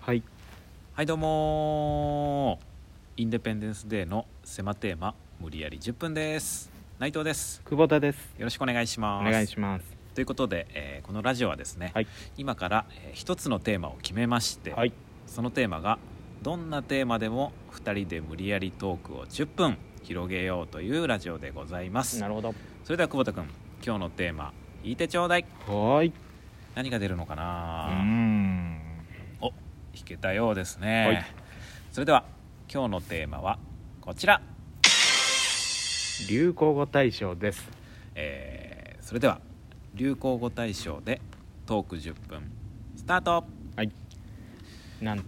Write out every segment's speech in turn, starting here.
はいはいどうもーインデペンデンスデーの狭テーマ無理やり10分です内藤です久保田ですよろしくお願いしおます願いしますということで、えーこのラジオはですね、はい今から、えー一つのテーマを決めまして、はいそのテーマがどんなテーマでも2人で無理やりトークを10分広げようというラジオでございますなるほどそれでは久保田君今日のテーマ言いてちょうだいはーい何が出るのかうな、ーんお弾けたようですね、はいそれでは今日のテーマはこちら、流行語大賞ですえーそれでは流行語大賞でトーク10分スタートはいなん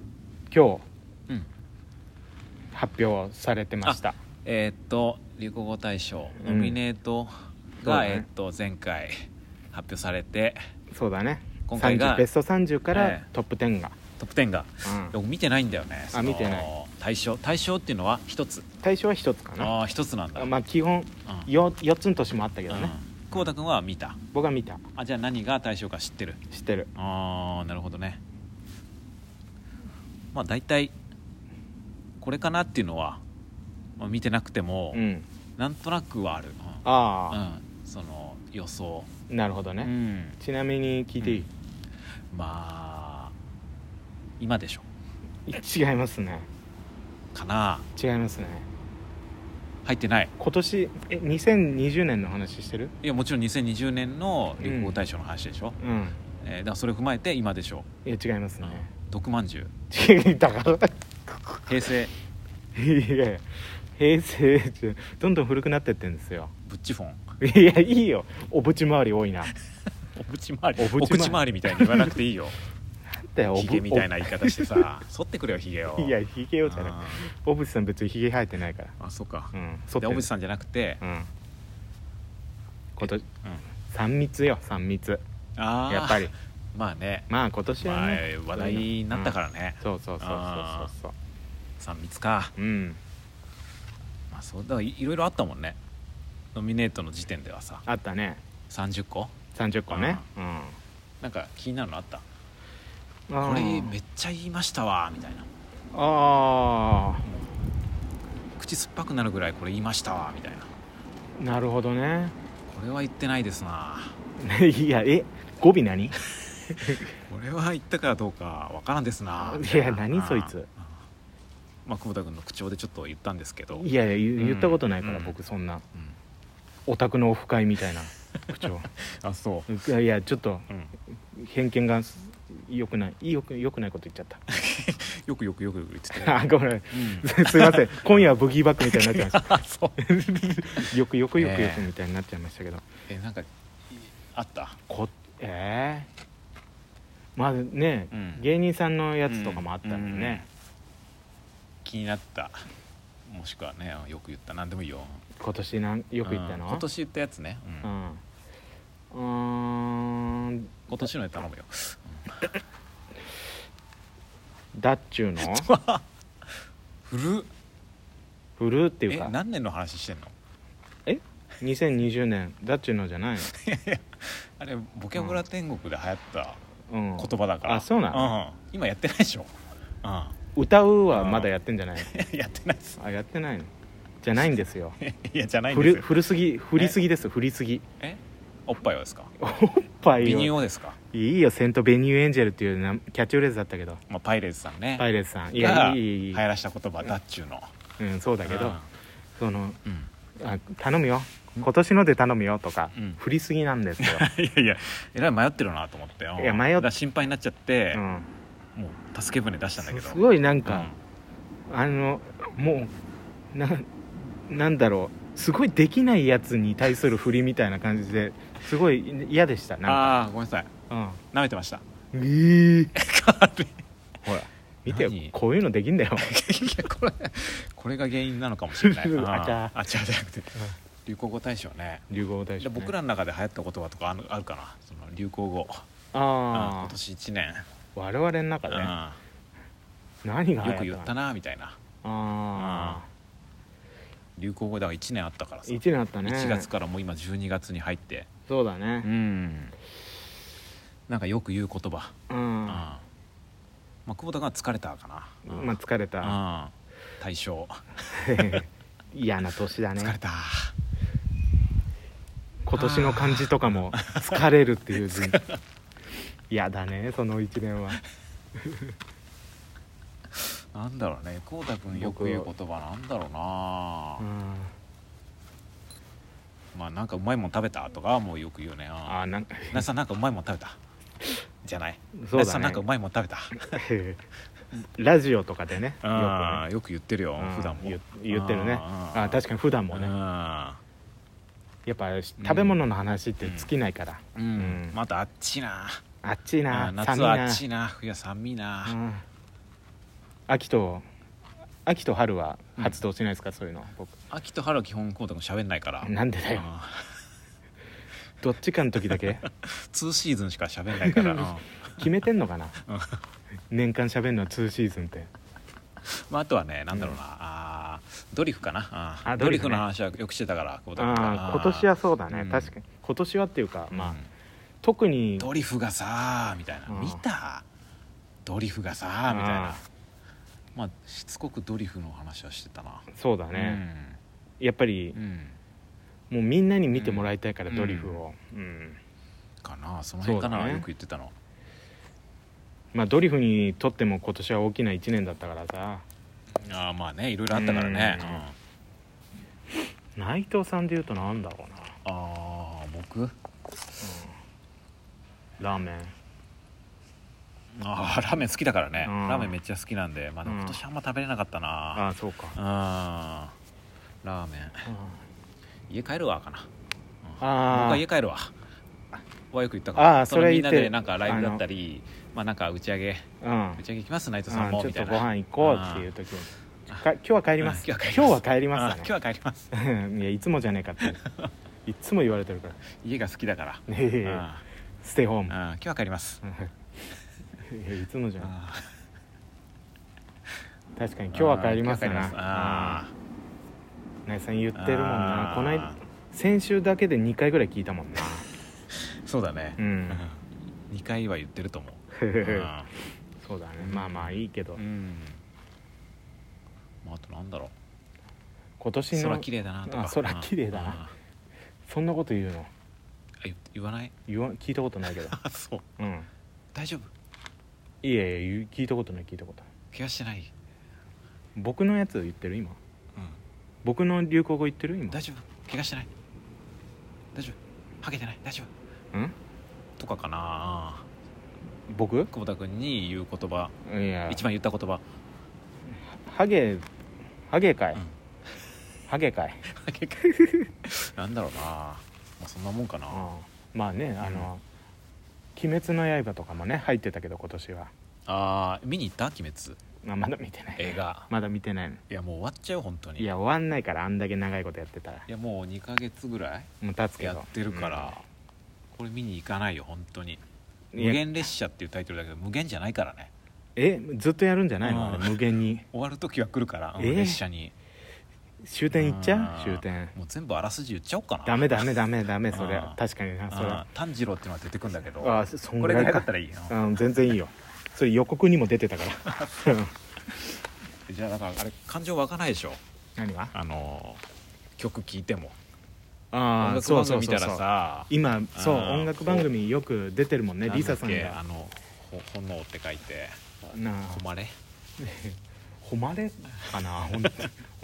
今日うん発表されてましたえーっと流行語大賞うんノミネートそうが、だねえーっと前回発表されてそうだね今回が30ベスト30かはらいトップ10が、トップ10がうん、僕見てないんだよねその見てない大賞大賞っていうのは一つ対象は一つかなああ一つなんだ、まあ基本うんよ4つの年もあったけどうんね、久保田君は見た僕は見たあじゃあ何が大賞か知ってる知ってるああなるほどねまあ大体これかなっていうのは、まあ、見てなくても、うんなんとなくはある、うんうあん、その予想、あ、なるほどうね、ん、ちなみに聞いていい、まあ今でしょ違いますねかな違いますね入ってない今年え2020年の話してるいやもちろん2020年の流行語大賞の話でしょ、うんえーだからそれを踏まえて今でしょいや違いますう、ねん、毒まんじゅう違うだから平成いやいや平成じゃどんどん古くなってってんです よブッチフォンいやいいよおぶち回り多いなだお口周りお口回りお口周りみたいに言わなくていいよって おぶヒゲみたいな言い方してさ剃ってくれよヒゲをおいやひげをじゃない小渕さん別にひげ生えてないからあーあそうかうんそで小渕さんじゃなくてうん今年うん三密よ三密ああやっぱりまあねまあ今年はまあね、、話題になったかららねうんそうそうそうそうそう三密かそううんまあそうだからいいろいろあったもんねノミネートの時点ではさあったね30個30個ねうんなんか気になるのあったあこれーめっちゃ言いましたわみたいなあ口酸っぱくなるぐらいこれ言いましたわみたいなーなるほどねこれは言ってないですな いやえ語尾 何これは言ったかどうかわからんですなみたいや何そいつうんまあ久保田君の口調でちょっと言ったんですけどいやいや言言ったことないから、うん僕そんなうんオタクのオフ会みたいな口調あそ いやいやちょっとう、うん、偏見が良くない良く良くないこと言っちゃっよくよくよくよく言ってた たよあごめんうんすい ません今夜はブギーバックみたいになっちゃい ましたあそうよくよくよくよねくえみたいになっちゃいましたけど、えなんかいあったこええまあね、うん芸人さんのやつとかもあったのでね、気になったもしくはねよく言った何でもいいよ今年なんよく言ったのはうん今年言ったやつね、うんうんうーん今年のやつ頼むよだっちゅう の古っ古っていうえか何年の話してんの2020年だっちゅうのじゃないあれボキャブラ天国で流行ったの、うん、言葉だから、あそうなの、うん、今やってないでしょ、うん、 歌うはまだやってんじゃないのやってないっすあやってないのじゃないんですよいやじゃ ないんです古よ古すぎ振りすぎです振りすぎえおっぱいをですかおっぱいビニをオですか、いいよセントベニューエンジェルっていうなキャッチフレーズだったけどまあ、パイレーツさんねパイレーツさんいやがいいいいい流い行らした言葉だっちゅうのうん、そうだけどそのうんうんあ頼むよ今年ので頼むよとか、うん振りすぎなん ですよ、いやいやえらい迷ってるなと思っていいや迷っ心配になっちゃって、うん、もう助け舟出したんだけどすすごいなんうんか、あのもうななんだろうすごいできないやつに対する振りみたいな感じですごい嫌でしたなんかああごめんなさいうん舐めてましたえ ー、軽いほら見てよ何こういうのできんだ よいやこれこれが原因なのかもし れないあちゃあちゃじゃなくて流行語大賞ね流行語大じ賞、ゃあね、僕らの中で流行った言葉とかあるあるかなその流行語うん今ああ年1年、我々の中で、ね、何うがん、よく言流行ったなみたいなあ流行語だから1年あったからあさ1年あったね1月からもう今12月に入ってそうだねんなんかよく言う言葉うんうんまあ、久保田君は疲れたかな、うんまあ疲れたうん大将 嫌な年だ疲ねれた今年の漢字とかも「疲れる」っていう字嫌だねその一年はなんだろうね久保田君よく言う言葉なんだろうな、うんまあなんかうまいもん食べたとかはもうよく言うねあーあなんか那須さんなんかうまいもん食べたじゃないそう那だ須さんなんかうねまいもん食べたラジオとかでねよくあねーよく言ってるようん普段も言言ってるねあーあー確かに普段もねやっぱ食べ物の話って尽きないから、うん、うんうんまたあっちいなあっちいあなー夏はあっちいいな冬は寒いな、うん、秋と秋と春は発動しないですか、そういうの僕秋と春は基本久保田君喋んないからなんでだよあどっちかの時だ けーツーシーズンしか喋んない からな決めてんのかな年間喋るのは2シーズンってまあ、あとはねなんだろうな、あードリフかなあーあドドリリフフねの話はよくしてたから久保田君がああ今年はそうだね、うん確かに今年はっていうかまあ、うん特にドリフがさみたいなうん見たドリフがさみたいあなーまあしつこくドリフの話はしてたなそうだね、やっぱりうん、うんもうみんなに見てもらいたいから、うんドリフを、うんかなその辺かそな、うだねよく言ってたのまあドリフにとっても今年は大きな1年だったからさああまあねいろいろあったからね、うんうん内藤さんでいうとなんだろうな、ああ僕ラーメンああラーメン好きだからね、うんラーメンめっちゃ好きなんでまあでもうん今年あんま食べれなかったあなあそうか、うんラーメン家帰るわかなあー僕は家帰るわはよく言ったかあらーのそれ言みっんなてでなんかライブだったりまあなんか打ち上げうん打ち上げ行きますナイトさんあもちょみったといなご飯行こうっていう時にか今日は帰りますうん今日は帰りあます今日は帰りますだね いやいつもじゃねえかっていつも言われてるからね家が好きだからうんうんえ今ステイホーム日は帰ります いやいつもじゃないあー確かに今日は帰ります今日は帰りなあナイさん言ってるもんなあーこない先週だけで2回ぐらい聞いたもんなーそうだねうん 2回は言ってると思うそうだねまあまあいいけどうんうんまああとなんだろう今年空の綺麗だなとかあ空綺麗だなうんあそんなこと言うの言言わない言わ聞いたことないけ どあそううん大丈夫いやいや言う聞いたことない聞いたことない怪我してない僕のやつ言ってる今うん僕の流行語言ってる今大丈夫怪我してない大丈夫はげてない大丈夫うんとかかな僕久保田君に言う言葉いや一番言った言葉ハゲハゲかい、うんハゲかい、なんだろうなまあそんなもんかなあうんまあねあの「鬼滅の刃」とかもね入ってたけど今年は、あー見に行った鬼滅まあ、まだ見てない映画まだ見てないのいやもう終わっちゃう本当にいや終わんないからあんだけ長いことやってたらいやもう2ヶ月ぐらいもう経つけどやってるから、これ見に行かないよ本当にうん無いや限列車っていうタイトルだけど無限じゃないからねえずっとやるんじゃないの、うんあれ無限に終わる時は来るから、うんえー列車に終点行っちゃあうー終点もう全部あらすじ言っちゃおうかなダメダメダメダメそれあー確かになそれあー炭治郎っていうのは出てくんだけどああそんこぐれらいぐらいだかったらいいようん全然いいよそれ予告にも出て たからうんじゃあだからあれ感情湧かないでしょ何があのー曲聴いても音あ楽番組見たらさ今そうあー音楽番組よく出てるもんねなんリだサっさけんあがのほ炎って書いてなあ誉れ誉れかなほん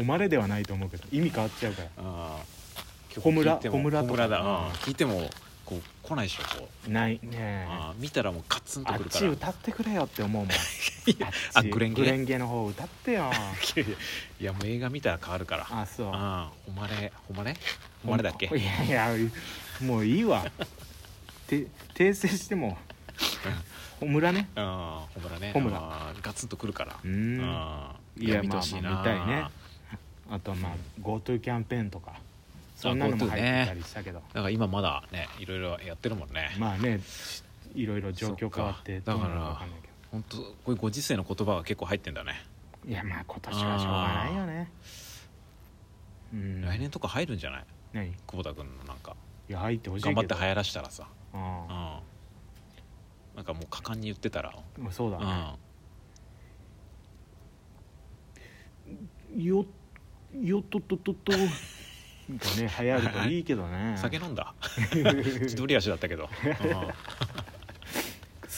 誉れではないと思うけど意味変わっちゃうからうんほむら曲聴いてもほむらとかほむらだうん聴いてもこう来ないでしょこうないねあー見たらもうカツンとあくっるかちら歌ってくれよって思うもん あっあちグレンゲグレンゲの方歌って よいやもう映画見たら変わるからあそううん誉れ誉れ誉れだっけいやいやもういいわて訂正してもほむらねうん誉れねほむらあーガツンとくるからううんんいや見てほしいなまあまあ見たいねあとはまあ GoTo キャンペーンとかそんなのも GoTo 入ねってたりしたけど、なんか今まだねいろいろやってるもんね、まあねしいろいろ状況変わってそっかどうなるだからわかんないけ本当こういうご時世の言葉が結構入ってんだね、どいやまあ今年はしょうがないよねうん来年とか入るんじゃない何い久保田君のなんかや入ってほしいけ頑ど張って流行らしたらさ、うんう、なんかもう果敢に言ってたら、んそうだうんね、よよっとっとっとっ とがね流行るといいけどね酒飲ん だ千鳥足だったけど、うん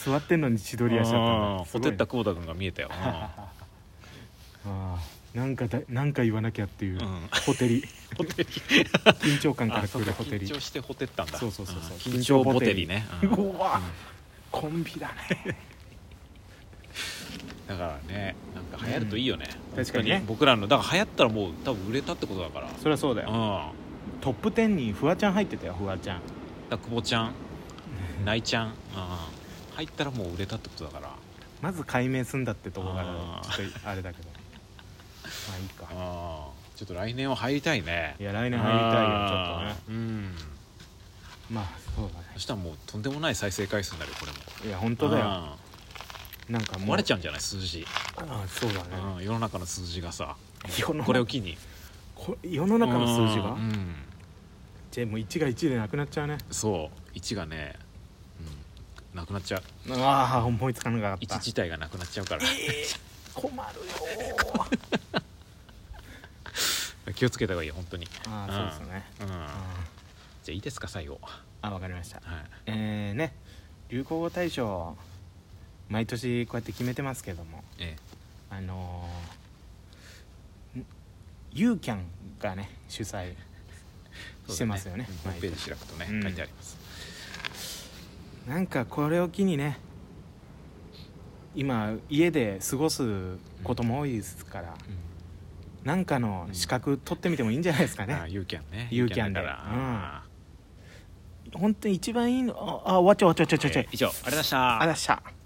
座ってんのに千鳥足だったうんなすほごていったこうだ君が見えたよ、うんあーなんかだなんか言わなきゃっていう、うんホテリホテリ緊張感かあらそ来うるかホテリ緊張してホテったんだそうそうそうそうん緊張ボテリね、うんうわコンビだねだからねなんか流行るといいよね、うん確かにね本当僕らのだから流行ったらもう多分売れたってことだからそりゃそうだうよんトップ10にフワちゃん入ってたよフワちゃんだ久保ちゃん内ちゃん、うん、入ったらもう売れたってことだからまず解明すんだってとこからあーちょっとあれだけ どまあいいかうんちょっと来年は入りたいねいや来年入りたいよちょっとねとねうんまあそうだねそしたらもうとんでもない再生回数になるよこれもいや本当だよよなんかもう壊れちゃうんじゃない数字、ああそうだねうん、世の中の数字がさ世のこれを機にこ世の中の数字がうんうんじゃあもう1が1でなくなっちゃうねそう1がね、うん、なくなっちゃうああ思いつかなかった1自体がなくなっちゃうから困るよ 気をつけた方がいいよ本当にああそうですねうんじゃああいいですか最後はあわかりましたいえー、ね流行語大賞毎年こうやって決めてますけどもえあのーんユーキャンがね主催えしてますよねそうだうんホームページ開くとねうん書いてありますなんかこれを機にね今家で過ごすことも多いですから、なんかの資格取ってみてもいいんじゃないですかああね、ユーキャンねユーキャンでだからうんああ本当に一番いいのああ終わっちゃう終わっちゃう終わっちゃう終わっちゃう、えー以上ありがとうございましたありがとうございました